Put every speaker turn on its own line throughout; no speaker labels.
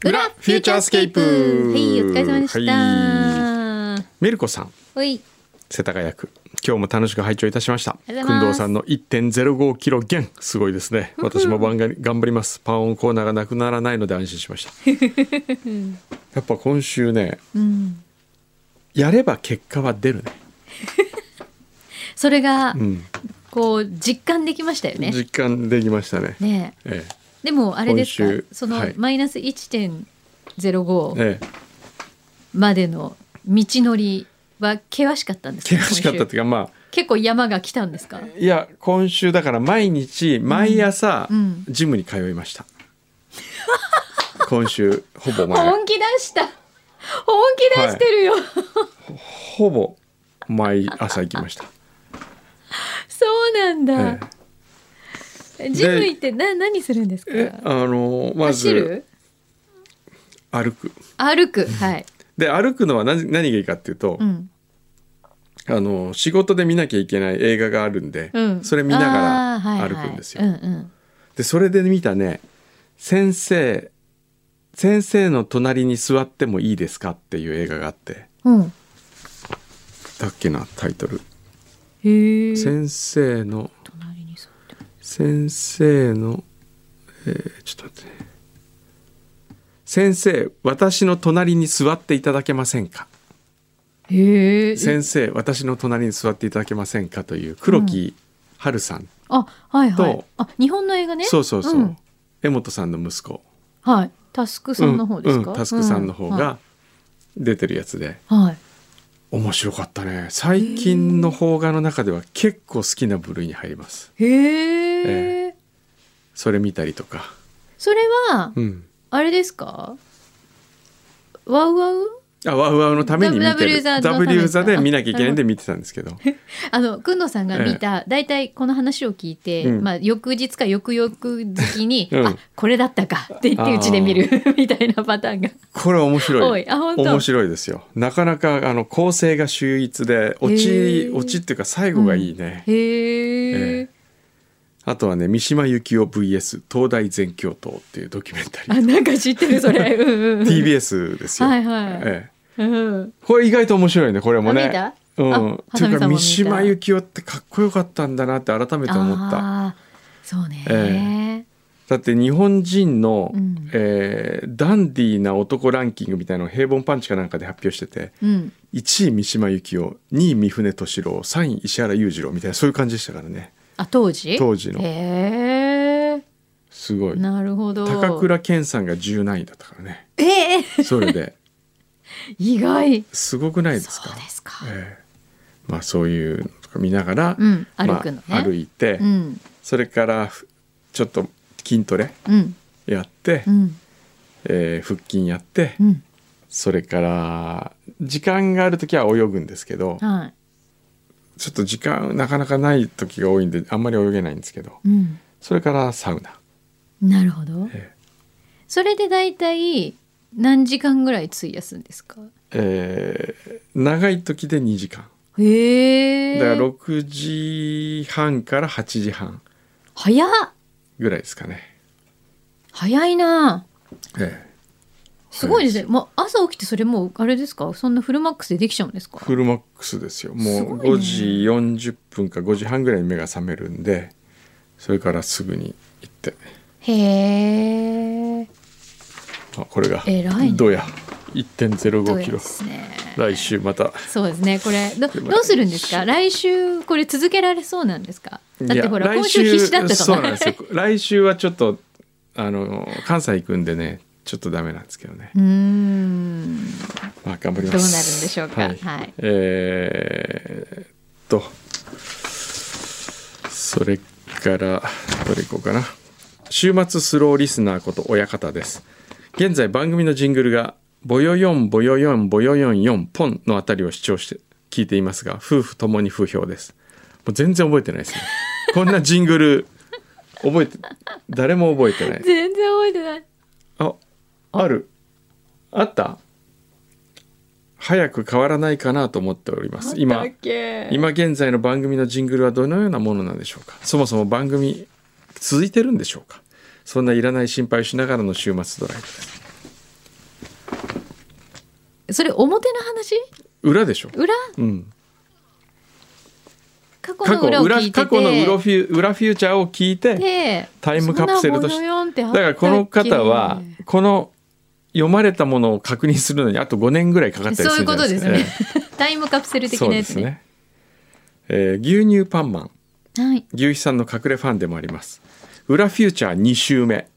フューチャースケープ
はい、お疲れ様でした。は
メルコさん
い、い
世田谷区今日も楽しく拝聴いたしました
ありがとうございます
工藤さんの1.05キ ロ減すごいですね私も番組頑張りますパンオンコーナーがなくならないので安心しました やっぱ今週ね、やれば結果は出るね、
それが、
うん、
こう実感できましたよね。
実感できましたね
ねえ、
ええ
でもあれです
今週
か、その、
はい
マイナス1.05
ええ
までの道のりは険しかったんですか。
険しかった
今
って
週
いうかまあ
結構山が来たんですか。
いや今週だから毎日毎朝、
うん
ジムに通いました今週ほぼ毎
本気出した。本気出してるよ。
ほぼ毎朝行きました、
そうなんだ
え。
ジム行ってな何するんですか。
ええあのま
走
ず
る？
歩く
歩く。はい。
で歩くのは何何がいいかっていうと、
うん。
あの仕事で見なきゃいけない映画があるんで、
うん。
それ見なが
あーはいは
ら
い
歩くんですよ、
うんうん。
でそれで見たね先生先生の隣に座ってもいいですかっていう映画があって
うん。
だっけなタイトル
へえ。
先生の
隣に座ってる。
先生のえーちょっと待ってね先生私の隣に座っていただけませんか
へえ。
先生私の隣に座っていただけませんかという黒木春さん、
あ、はいは
と
い。あ、日本の映画ね。
そうそうそう、
ん
江本さんの息子
はい。タスクさんの方です
う
か。
んタスクさんの方が出てるやつで、
うん。はい。
面白かったね最近の邦画の中では結構好きな部類に入ります
へえ。
それ見たりとか
それは
うん
あれですか。ワウワウ？
あワウワウのために見て
W
る
座のためですか
W 座で見なきゃいけないんで見てたんですけど
あのくんのさんが見た、だいたいこの話を聞いて、
うん
まあ翌日か翌々月に、
うん
あこれだったかって言ってうちで見る みたいなパターンが。
これ面白
お
い
い、あ本当。
面白いですよなかなかあの構成が秀逸で落
へ
ち
ー
落ちっていうか最後がいいね、
へえ
え。あとはね三島由紀夫 VS 東大全教頭っていうドキュメンタリー
あなんか知ってるそれ。うんうんうん
TBS ですよ、
はいはい
ええ
うん。
これ意外と面白いねこれも
あ
ね
見た
うん、
あ
って
ハサ
いう
ミさん
か
も見
三
た
島由紀夫ってかっこよかったんだなって改めて思った
あーそうね、
えだって日本人の、
うん
えーダンディーな男ランキングみたいなのを平凡パンチかなんかで発表してて
うん。
1位三島由紀夫2位三船敏郎3位石原裕次郎みたいなそういう感じでしたからね
あ当時？
当時の
へえ。
すごい
なるほど。
高。倉健さんが10何位だったからね
ええ
それで
意外。
すごくないです
そ
か
うですか。
ええまあそういうのとか見ながら、
うん歩くのね
まあ歩いて、
うん
それからふちょっと筋トレ
うん
やって、
うん
えー腹筋やって、
うん。
それから時間がある時は泳ぐんですけど
はい。
ちょっと時間なかなかない時が多いんであんまり泳げないんですけど
うん。
それからサウナ、
なるほど。
えー
それでだいたい何時間ぐらい費やすんですか。
えー長い時で2時間
へ
だ
え。
から6時半から8時半
早っ
ぐらいですかね、
早いな。
ええ
すごいですね。まあ朝起きてそれもうあれですか。そんなフルマックスでできちゃうんですか。
フルマックスですよも
す
う
ごいね
5時40分か5時半ぐらいに目が覚めるんでそれからすぐに行って
へえ。
あこれが
偉いね
どうや1.05キ
そう
ロ
ですね。
来週また
そうですね。これどどうするんですか。来週これ続けられそうなんですか。だってほら
いや
今週必死だったか
そう
ら
なんですよ来週はちょっとあの関西行くんでねちょっとダメなんですけどね
うーん。
まあ頑張り
どうなるん
ます
でしょうか
はい、
はい
えーっとそれからどれいこうかな週末スローリスナーこと親方です現在番組のジングルが「ボヨヨンボヨヨンボヨヨンヨンポン」のあたりを視聴して聞いていますが夫婦ともに不評ですもう全然覚えてないですねこんなジングル覚えて誰も覚えてない
全然覚えてない。
あ、ある。あった。早く変わらないかなと思っております。今
だっ、け
今現在の番組のジングルはどのようなものなんでしょうか。そもそも番組続いてるんでしょうか。そんないらない心配をしながらの週末ドライブです。
それ表の話
裏でしょ、
裏
うん、
過去
過
の
去
裏を
裏
聞いてて
過去の裏フュー裏フューチャーを聞いて
で
タイムカプセルとして
そんなものよんてあっ
だ
たっ
か
け
らこの方はこの読まれたものを確認するのにあと5年ぐらいかかった
そ
り
う
す
い
る
うん
じ
こ
ゃな
と
い
で
ですすか、
ね タイムカプセル的
そう
な
で
やつ
す
ね
ね、えー牛乳パンマン
はい
牛肥さんの隠れファンでもあります裏フューチャー2週目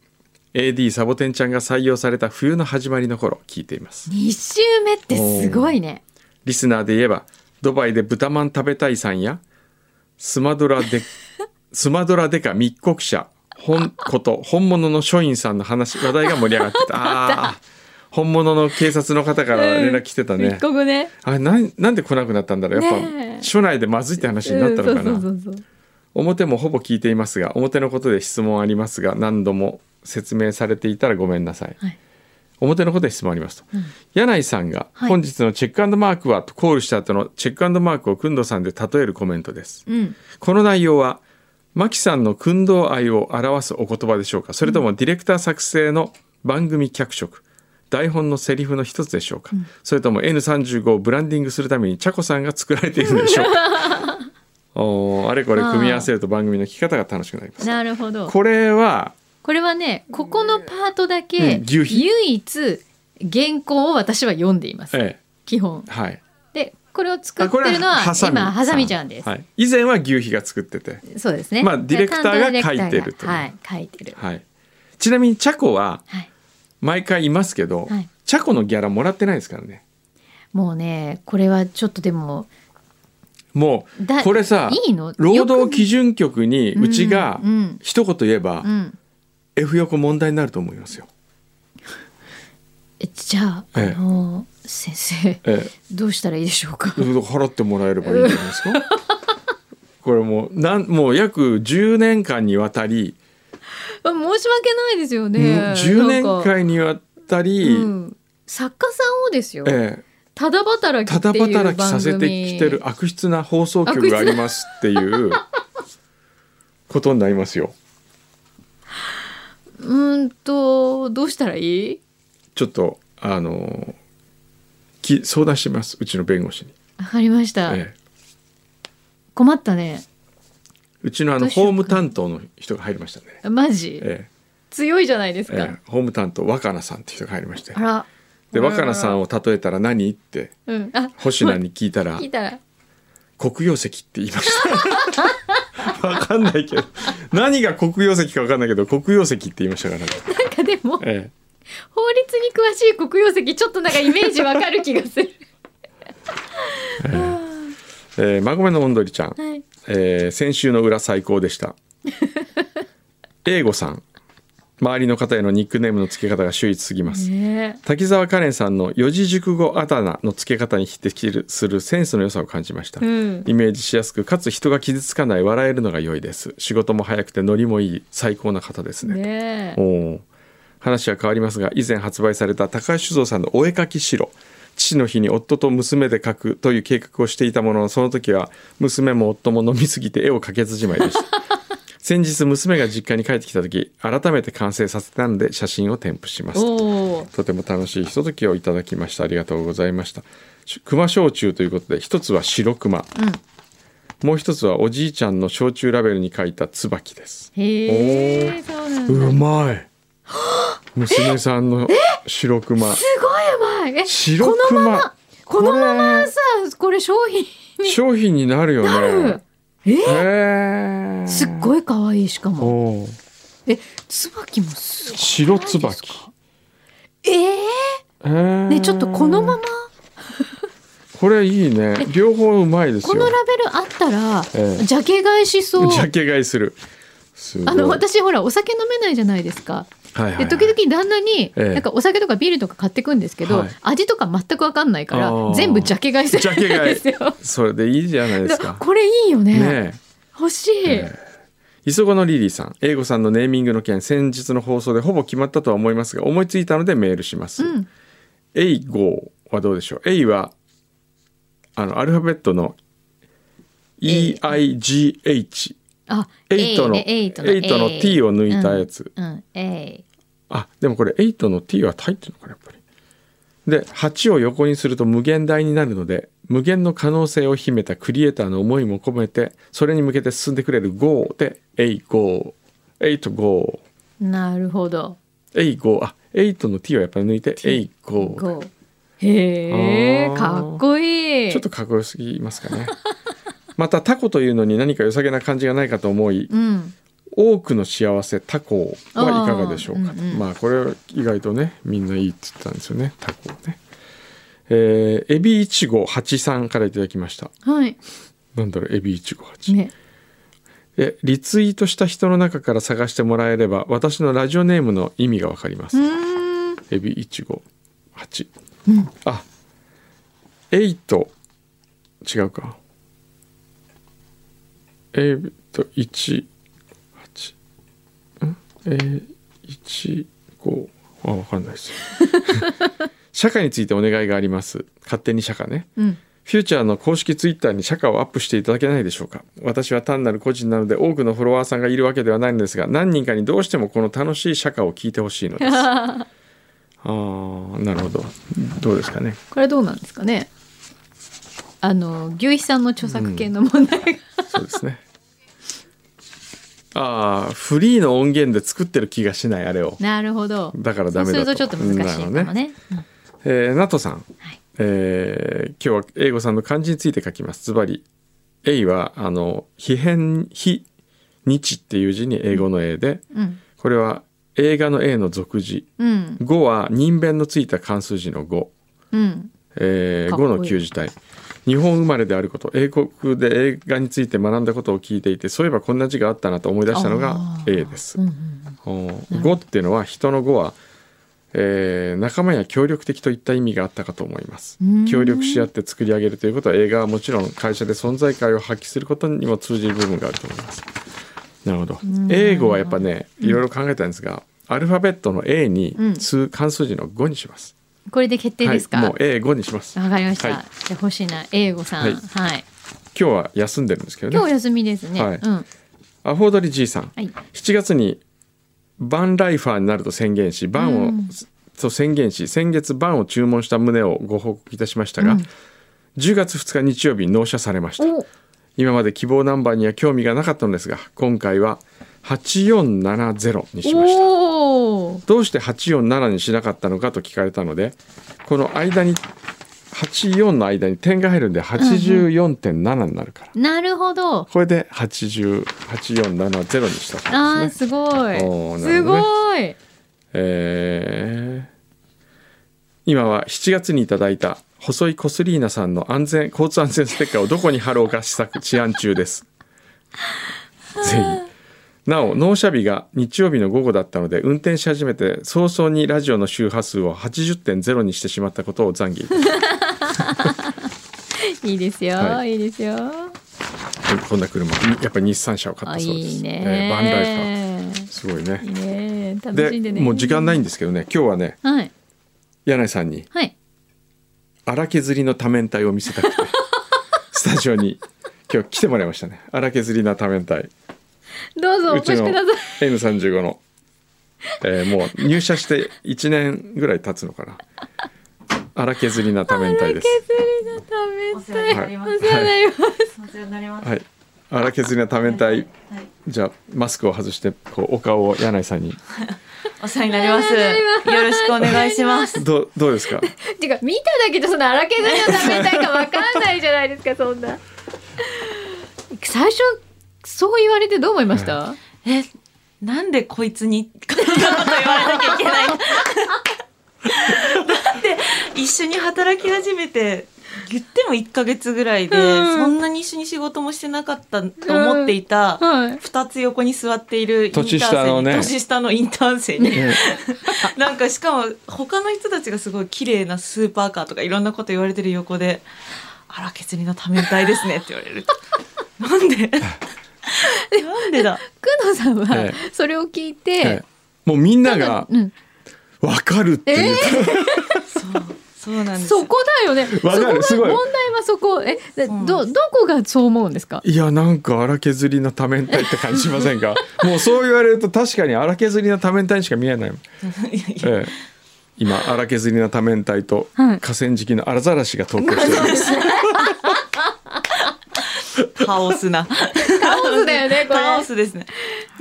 AD サボテンちゃんが採用された冬の始まりの頃聞いています
2週目ってすごいね
リスナーで言えばドバイで豚まん食べたいさんやスマドラ でスマドラデカ密告者本こと本物の書院さんの話話題が盛り上がって たあー本物の警察の方から連絡来てたね、
こ後ね
あれなんなんで来なくなったんだろうやっぱ、
ねえ
署内でまずいって話になったのかな、
うんそうそうそうそう
表もほぼ聞いていますが表のことで質問ありますが何度も説明されていたらごめんなさい、
はい
表のことで質問ありますと、柳井さんが「
はい
本日のチェックマークは?」とコールした後のチェックマークをくんどさんで例えるコメントです
うん
この内容はマキさんのくんどう愛を表すお言葉でしょうかそれともディレクター作成の番組脚色台本のセリフの一つでしょうか、それとも N35 をブランディングするために茶子さんが作られているので しょうかおーあれこれ組み合わせると番組の聞き方が楽しくなります
なるほど
これは
これはねここのパートだけ、
うん牛皮
唯一原稿を私は読んでいます、
え
基本
えはい
でこれを作
あ
って
こ
るのは
ハサミ
今ハサミちゃんです、
はい、以前は牛皮が作ってて
そうですね
まあディレクターが書いてるという
はい書いてる
はいちなみに茶子は
はい
毎回いますけど、
はい
茶子のギャラもらってないですからね
もうねこれはちょっとでも
も
だ
うこれさ
いいの
労働基
準
準局にうちが
うんうん
一言言えば
うん
F 横問題になると思いますよ。
えじゃあ、
ええ
あの先生
ええ、
どうしたらいいでしょうか
払ってもらえればいいんじゃないですか。これもうなんもう約10年間にわたり、
あ申し訳ないですよね。
10年
なんか
間にわたり、
うん、作家さんをですよ。
え
ただ働
え、
き
た
って
だ
いう番組。
働きさせてきてる悪質な放送局がありますっていうことになりますよ。
うーんとどうしたらいい？
ちょっとあのき相談してみますうちの弁護士に。
わかりました。
ええ、
困ったね。
うちのあ
ど
の
うしよう
法
か
務担当の人が入りましたね。
マジ、
ええ
強いじゃないですか。
ええ、法務担当若菜さんって人が入りまして
あら。
で
あらあら
若菜さんを例えたら何って
うん。あ、
星名に聞いたら
聞いたら
黒曜石って言いました わかんないけど何が黒曜石かわかんないけど黒曜石って言いましたからね、
なんかでも法律
え
に詳しい黒曜石ちょっとなんかイメージわかる気が する。
ええー、孫めのおんどりちゃん、
はい。
えー先週の裏最高でした 英語さん周りの方へのニックネームの付け方が秀逸すぎます
ね
滝沢カレンさんの四字熟語あだ名の付け方に匹敵するセンスの良さを感じました、
うん
イメージしやすくかつ人が傷つかない笑えるのが良いです仕事も早くてノリもいい最高な方です
え。
ね
ね
おー話は変わりますが以前発売された高橋酒造さんのお絵描き白父の日に夫と娘で描くという計画をしていたもののその時は娘も夫も飲みすぎて絵を描けずじま いでした先日娘が実家に帰ってきた時改めて完成させたので写真を添付しま
え。
す
おお。
とても楽しいひとときをいただきましたありがとうございましたし熊焼酎ということで一つは白熊、もう一つはおじいちゃんの焼酎ラベルに書いた椿です
へえ。そうなんだ。
うまい娘さんの白熊
すごいうまい。え、
白
このま
熊
まこのまま
こ
さ、これ商品
れ
に
商品になるよ
な
ね
る。え、
へえ
すっごい可愛いしかも。
おう
え、椿もすごい。
白椿
え
へえ
ー、ね、ちょっとこのまま
これいいね両方うまいですよ
このラベルあったら、
ええ
ジャケ買いしそう。
ジャケ買いするすごい
あの私ほらお酒飲めないじゃないですか。
はいはいは
で
い
時々旦那に、
ええ
なんかお酒とかビールとか買ってくんですけど、
はい
味とか全くわかんないか
あ
ら
ー
全部ジャケ買いす
ジ
るん
ャケ買い
ですよ。
それでいいじゃないですか。
これいいよね。
ね
欲しい。
え。ええ磯子のリリーさん、英語さんのネーミングの件、先日の放送でほぼ決まったとは思いますが、思いついたのでメールします。
うん。
エイゴーはどうでしょう。エイはあのアルファベットの E I G H、
あ、
エイトの
エイトの
エイトの T を抜いたやつ
うん、うん、エイ
あ、でもこれエイトの T は入ってるのかなやっぱり。で8を横にすると無限大になるので無限の可能性を秘めたクリエイターの思いも込めてそれに向けて進んでくれる5で「8 5 8 5
なるほど。
8 5あ8の t をやっぱり抜いて「8 5
5へ
あ
え
ー
かっこいい。
ちょっとかっこよすぎますかね またタコというのに何か良さげな感じがないかと思い
うん
多くの幸せタコはいかがでしょうか
あ
と、
ーうんうん
まあこれ意外とねみんないいって言ったんですよねタコねえーエビ1583からいただきました
はい
なんだろうエビ158、
ね
えリツイートした人の中から探してもらえれば私のラジオネームの意味がわかります、
うーん
エビ158、
うん
あエイト違うかエイト18んえー、15あわかんないです 社会についてお願いがあります勝手に社会ね
うん
フューチャーの公式ツイッターに社歌をアップしていただけないでしょうか私は単なる個人なので多くのフォロワーさんがいるわけではないのですが何人かにどうしてもこの楽しい社歌を聞いてほしいの ですああなるほどどうですかね
これどうなんですかね。あの牛肥さんの著作権の問題 が、
そうですねああフリーの音源で作ってる気がしないあれを
なるほど。
だからダメだ
そうすると
と
ちょっと難しいか
なる
も
ほどね
ね。うん
えー、ナトさん
はい
えー今日は英語さんの漢字について書きます。ズバリ、A は、あの、非変、非日っていう字に英語の A で、
うん
これは映画の A の俗字。
うん
5は人弁のついた漢数字の5。
うん
えー
かっこい
5
い
の旧字体。日本生まれであること、英国で映画について学んだことを聞いていて、そういえばこんな字があったなと思い出したのが
あー
A です
う。んうん
おー語っていうのは人の語は、えー仲間や協力的といった意味があったかと思います
うん
協力し合って作り上げるということは映画はもちろん会社で存在感を発揮することにも通じる部分があると思いますなるほど英語はやっぱねいろいろ考えたんですが、アルファベットの A に
うん
数関数字の5にします、
これで決定ですか。
はい、
わ
もう A5 にします
かりました。
はい
じゃあ星名英語さん、
は
はいい、
今日は休んでるんですけ
今
ど
日お
ね
休みですね。
はい
うん、
アフォードリじいさん、
はい、
7月にバンライファーになると宣言しバン
う
を、
ん
と宣言し先月バンを注文した旨をご報告いたしましたが、
うん
10月2日日曜日に納車されました
お、
今まで希望ナンバーには興味がなかったのですが今回は8470にしました
おー
どうして847にしなかったのかと聞かれたのでこの間に84の間に点が入るんで84.7になるから、
なるほど。
これで80 8470にしたそう
あー
ですね
すごい、
おーなる
す
ほどね
ごい。
えー今は7月にいただいた細井コスリーナさんの安全交通安全ステッカーをどこに貼ろうか試作試案 中です。ぜひなお納車日が日曜日の午後だったので運転し始めて早々にラジオの周波数を80.0にしてしまったことを懺悔いたし
いいですよ、、
はい
いですよ。
ま すこんな車やっぱり日産車を買っ
あ
たそうです
いいね、
えーバンライファーすごい
い
ね
いね楽しんでね。
もう時間ないんですけどね今日はね
はい
柳井さんに
はい。
荒削りの多面体を見 せたくてスタジオに今日来てもらいましたね荒削りな多面体
どうぞお
う
越
ち
し
の
ください。
N35 の、えーもう入社して1年ぐらい経つのかな荒削りな多面体です
削りのためたい。
お
お世
世
話に
話に
なります。
こちらになります。
はい荒削りな多面体
はい。
じゃあマスクを外してこうお顔を柳井さんに
お世話になります。よろしくお願いします。
どうどうです か
てか見ただけでその荒削りのためたいかわかんないじゃないですかそんな。最初そう言われてどう思いました？
え、なんでこいつにこんなこと言われなきゃいけないの。だって一緒に働き始めて言っても1ヶ月ぐらいで、
うん
そんなに一緒に仕事もしてなかったと思っていた。
はい。
二つ横に座っているインターン生
年
に
下のね
年下のインターン生に
ね
なんかしかも他の人たちがすごい綺麗なスーパーカーとかいろんなこと言われてる横で「あら削りのためたいですね」って言 われるとなんでなんでだ
久野さん
え
は
え
それを聞いて、
えーもうみんなが
うん、
分かるっていう、
そうそうなんです
そこだよね。そこ
わ
が
かるすごい
問題はそこえで
そうなんで
どどこがそう思うんですか？
いやなんか荒削りな多面体って感じしませんかもうそう言われると確かに荒削りな多面体にしか見えない、
いやいや
ええ、今荒削りな多面体と
はい
河川敷のアラザラシが投稿しております、
カオスな。
カオスだよねこれ
カオスですね。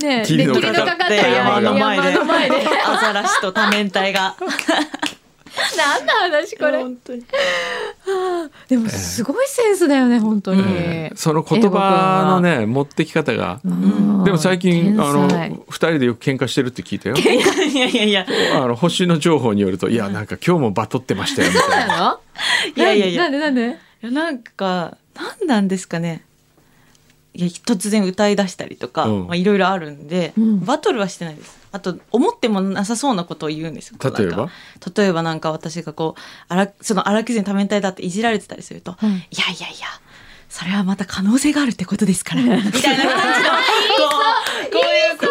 ねえ
霧の
で
か
霧の
か
かかった
山
山
の前で
の前 で
アザラシと多面体が。
何の話これ
本当に。
でもすごいセンスだよね本当に、
えーその言葉のね持ってき方が
うん
でも最
天
近
才
あの2人でよく喧嘩してるって聞いたよ
いやいやいや。
あの星の情報によるといやなんか今日もバトってました よみ
そう
たいな
なの
いやいやいや
なんでなんで
いやなんか何なんですかねいや突然歌い出したりとか
うん
まあいろいろあるんで、
うん
バトルはしてないですあと思ってもなさそうなことを言うんですよ
例えば
なんか例えばなんか私がこう荒その荒削り多面体だっていじられてたりすると「
うん
いやいやいやそれはまた可能性があるってことですから」みたいな感じのこうこういうこういう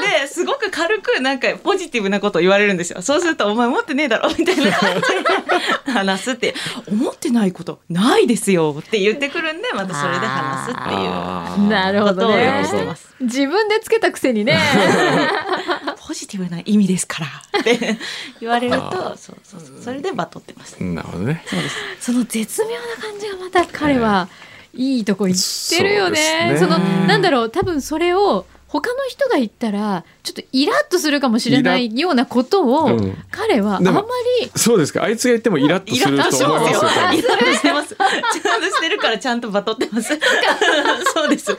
トーンですごく軽くなんかポジティブなことを言われるんですよそうすると「お前持ってねえだろ」みたいな感じで話すって「思ってないことないですよ」って言ってくるんでまたそれで話すっていう
あー
なるほど
な
ね
るほど
自分でつけたくせに ね
ポジティブな意味ですからって言われる
あ
とそうそうそうそれでバトってました。
なるほどね
そうです
その絶妙な感じがまた彼はいいとこ行ってるよね。
そ
そう
ですね
のなんだろう多分それを他の人が言ったらちょっとイラッとするかもしれないようなことを
うん
彼はあん
でも
まり
そうですかあいつが言ってもイラッと
イ
す
ラ
る
ッと
と
し
思い
ま
ますす
よ
よ多分。
イラッとしてます。ちゃんとしてるからちゃんとバトってます。そうです。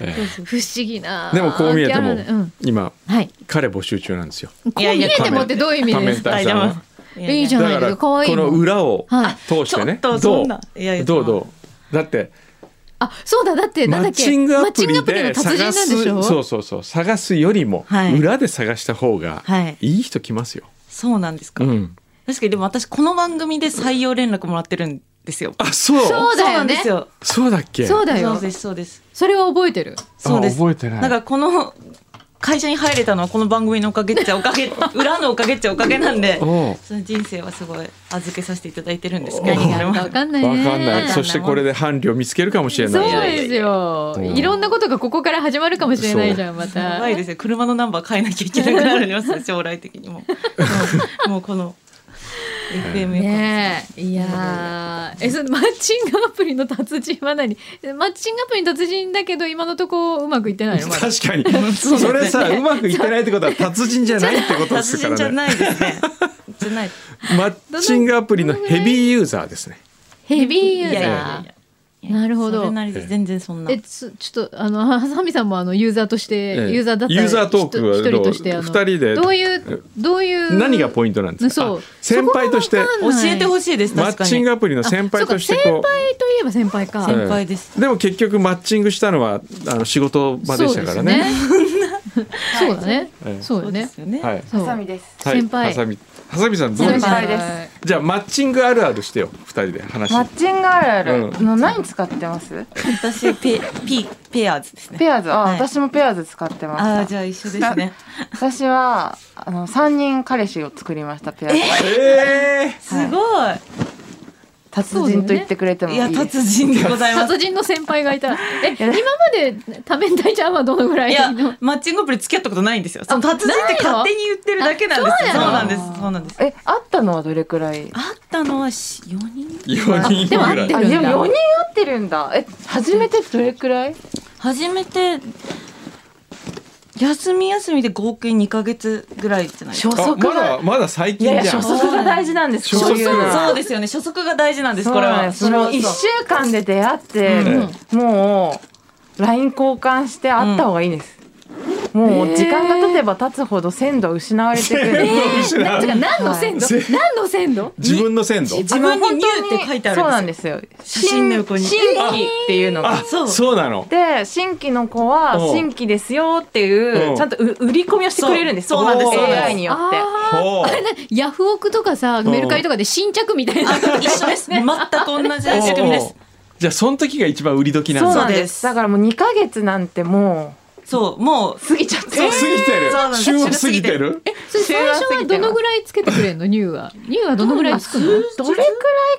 ええ
不思議な。
でもこう見えても
あるうん
今
はい。
彼募集中なんですよ
こう
い
見
や
え
いや
てもってどういう意
多
味で
面
すか。
体さんは。
いいじゃん
だか
ない
ら
よ可
こ
愛いもん
の裏を
はい。
通してね
ちょっと
ど
そ
うん
ないやいや
どうどうだって
あそうだだって
マ
なんだ
ッ
っけ
チングアプ
マッチン
リ
の
で
達人な
探
んですしょ。
そうそうそう探すよりも
はい
裏で探した方が
はい
いい人来ますよ、
そうなんですか。
うん
確かにでも私この番組で採用連絡もらってるんですよ。
あそう
そ
そう
だよね
なんですよ。
うだっけ
そうだ
そ
よ
う。ですそうです。
それは覚えてる。
そうです。
あ覚えてない
だからこの会社に入れたのはこの番組のおかげっちゃおかげ裏のおかげっちゃおかげなんで。
おう
その人生はすごい預けさせていただいてるんですけど。
何があるかわかんないね。
わかんない。そしてこれで伴侶見つけるかもしれ
そ
ないうよ。
ですよ。
うん
いろんなことがここから始まるかもしれないじゃん、また。
やばいですね。車のナンバー変えなきゃいけなくなるんですよ将来的にも。うんもうこの FM
ねえ、いやー、え、そのマッチングアプリの達人は何？マッチングアプリの達人だけど今のとこうまくいってないのまだ。
確か に。それさ、うまくいってないってことは達人じゃないってことで
達
すか
人じゃ
らね。
ないですね。じゃない。
マッチングアプリのヘビーユーザーですね。
ヘビーユーザー。
いやいやいやいや
なるほど
それなりで全然そんな。
えつちょっとあのハミさんもあのユーザーとして、
ええ
ユーザーだった
ユーザートークは
一人一人として
どう
あの
二人で
どういうどういう
何がポイントなんですか
そ
あ
う
先輩として
そこがわかん
教
ない
えてほしいです。
マ
確か
ッ
に。
チングアプリの先輩としてこ
あそうか先輩といえば先輩か。
う。
先輩です
うんでも結局マッチングしたのはあの仕事場でしたからね。
そうだね
え。え
そう
そ
だ
うで
ね
す。よね。
はい。はい
そう
ハサミです。
先輩
はさみはさみさんどう
先
ですか。
輩です
じゃあマッチングあるあるしてよ二人で話。
マッチングあるある
う
の何使ってます？
私ペピペアーズですね。
ペアーズ。あ、
はい
私もペアーズ使ってました。
ああじゃあ一緒ですね。
私はあの三人彼氏を作りましたペアーズ。
え
すご
達人と言ってくれても
い。
い
い
い
や
です。
達人でご ざいます。
殺人の先輩がいた。え、今まで多面体ちゃんはどのぐら
い
い
や
の？
マッチングアプリ付き合ったことないんですよ。その
あ
達人って
ないの
勝手に言ってるだけなんですよ。
あ
そう
そう
な
なんの
です。そうなんです。
え、会ったのはどれくらい？
あったのはし四人。
えー。四人
でも
ぐら
合っ
い
てる。
あ、でも四人会ってるんだ。え、初めてどれくらい？
初めて休み休みで合計二ヶ月ぐらいじゃないです
初
か。
あ
速
まだ
が。
まだ最
い
近
やい
じ
や
ゃん。
初 速が大事なんです。
初速
そういうのは
そうですよね。初速が大事なんです。
そう
これ
なん
は。
ですもう一週間で出会って、もう LINE 交換して会った方がいいです、もう時間が経てば経つほど鮮度は失われてくる、
知らん
てか何の鮮度
はい？
何の鮮度？
自分の鮮度。
自分にニューって書いてあるんですよ。
そうなんです
写
よ
真の横に
新新規っていうの
あ
が
そ
そうう
なの。
で新規の子は
うん
新規ですよっていう、
うん
ちゃんとう売り込みをしてくれるんです
そうそうなんです
そうなんです
AI によって
あ
ほう。
ーヤフオクとかさ、メルカリとかで新着みたいな。
一緒です。全く同じ仕組みです
ほ。うじゃあその時が一番売り時なん
そう
だ。
なん
そう
で
です
すだからもう2ヶ月なんても
そう、もう
う過ぎちゃって
過ぎてる
そうなん。です
旬は過ぎてる。
それ最初はどのぐらいつけてくれるの乳は乳はどのぐらいつくの
どれくらい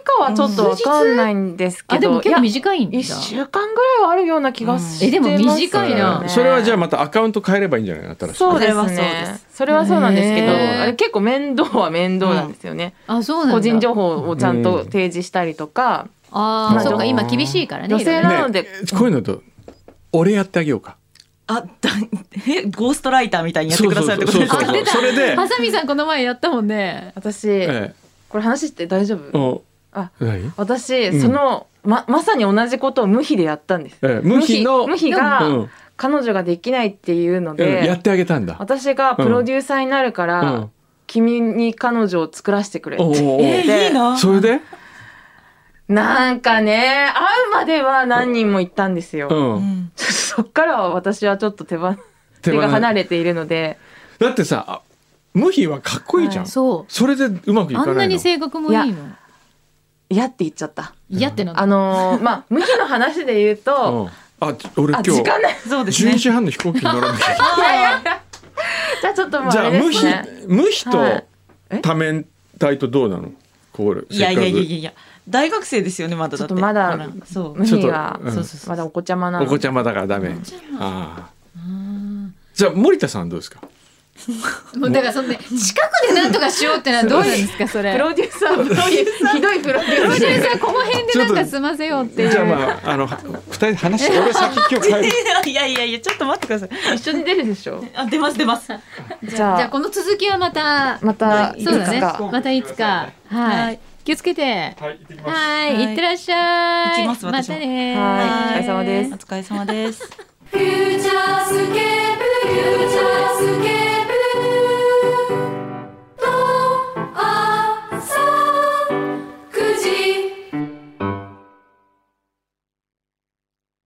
かはちょっとわかんないんですけ
あで
ど、
も
い
結
や
構短いんだ
一週間ぐらいはあるような気がして、
えでも短いな
うんそれはじゃあまたアカウント変えればいいんじゃない新しい。
そうで
それはそう
す
で
ね
す。
それはそうなんですけど、
へー
あれ結構面倒は面倒なんですよね。
あそうなんだ
個人情報をちゃんと提示したりとか、
ああ
まあ
そうか今厳しいからね
女性
いろいろ
なので
ねえこういうのと俺やってあげようか。
あだえゴーストライターみたいにやってくださいってこと
そ
で
う
す
そう
か
そう
あ出た
それで、
ハサミさんこの前やったもんね
私、
え
これ話して大丈
え、
夫？
お
あ、
何？
私、
ん
そのままさに同じことを無比でやったんです。
ええ無比の
無比
う
が
ん
彼女ができないっていうの
うん
で、
やってあげたんだ。
私がプロデューサーになるから、
うん
君に彼女を作らせてくれって
おうおうおう
えーいいな
それで、
なんかね会うまでは何人も行ったんですよ、
うん。
ん
そっからは私はちょっと手ば
手
手
放
が離れているので
だってさ、あ無比はかっこいいじゃん。
そ
それでうまくいう
あ
か
ん
な
ない
の
に。性格もいいの
嫌って言っちゃった
嫌ってなんだ
あのーまあ無比の話で言うと、
うんあ、俺今
あ時間
日
ない
そうです
十
ね
時半の飛行機に乗らなきゃいけ ない。
いやいやいやじゃあちょっともう
じ
あ
ゃあ
れ
無
で
比
すね
無比
は
と
いえ
多面体とどうなの？これ
いやいやいやいや
や。
いや大学生ですよねまだだって
ちょっとまだ
ほらそう
無比が
ちょっとうん
そうそうそう
まだお子ちゃまな
お
の
子ちゃまだからダメ。ああ。じゃあ森田さんどうですか？
もうだからそんで近くでなんとかしようってのはどうなんですかそれ
プロデューサープロデューサーひどいプロデュ
プ
ー
ロ
サー
デューサーこの辺でなんか済ませようっていう
じゃあまああの二人で話して俺先今日帰る。
いやいやいやちょっと待ってください
一緒に出るでしょ
あ出ます出ます
じゃあ
じゃあこの続きはまた
またいつ
そうだね
か、
またいつかはい、
はい
気をつけて
はい行 ってきます。
はい
はい
いってらっしゃい
行きます
ま
私
た
も
ね
はいお疲れ様です
お疲れ様です
フューチャースケープフューチャースケープ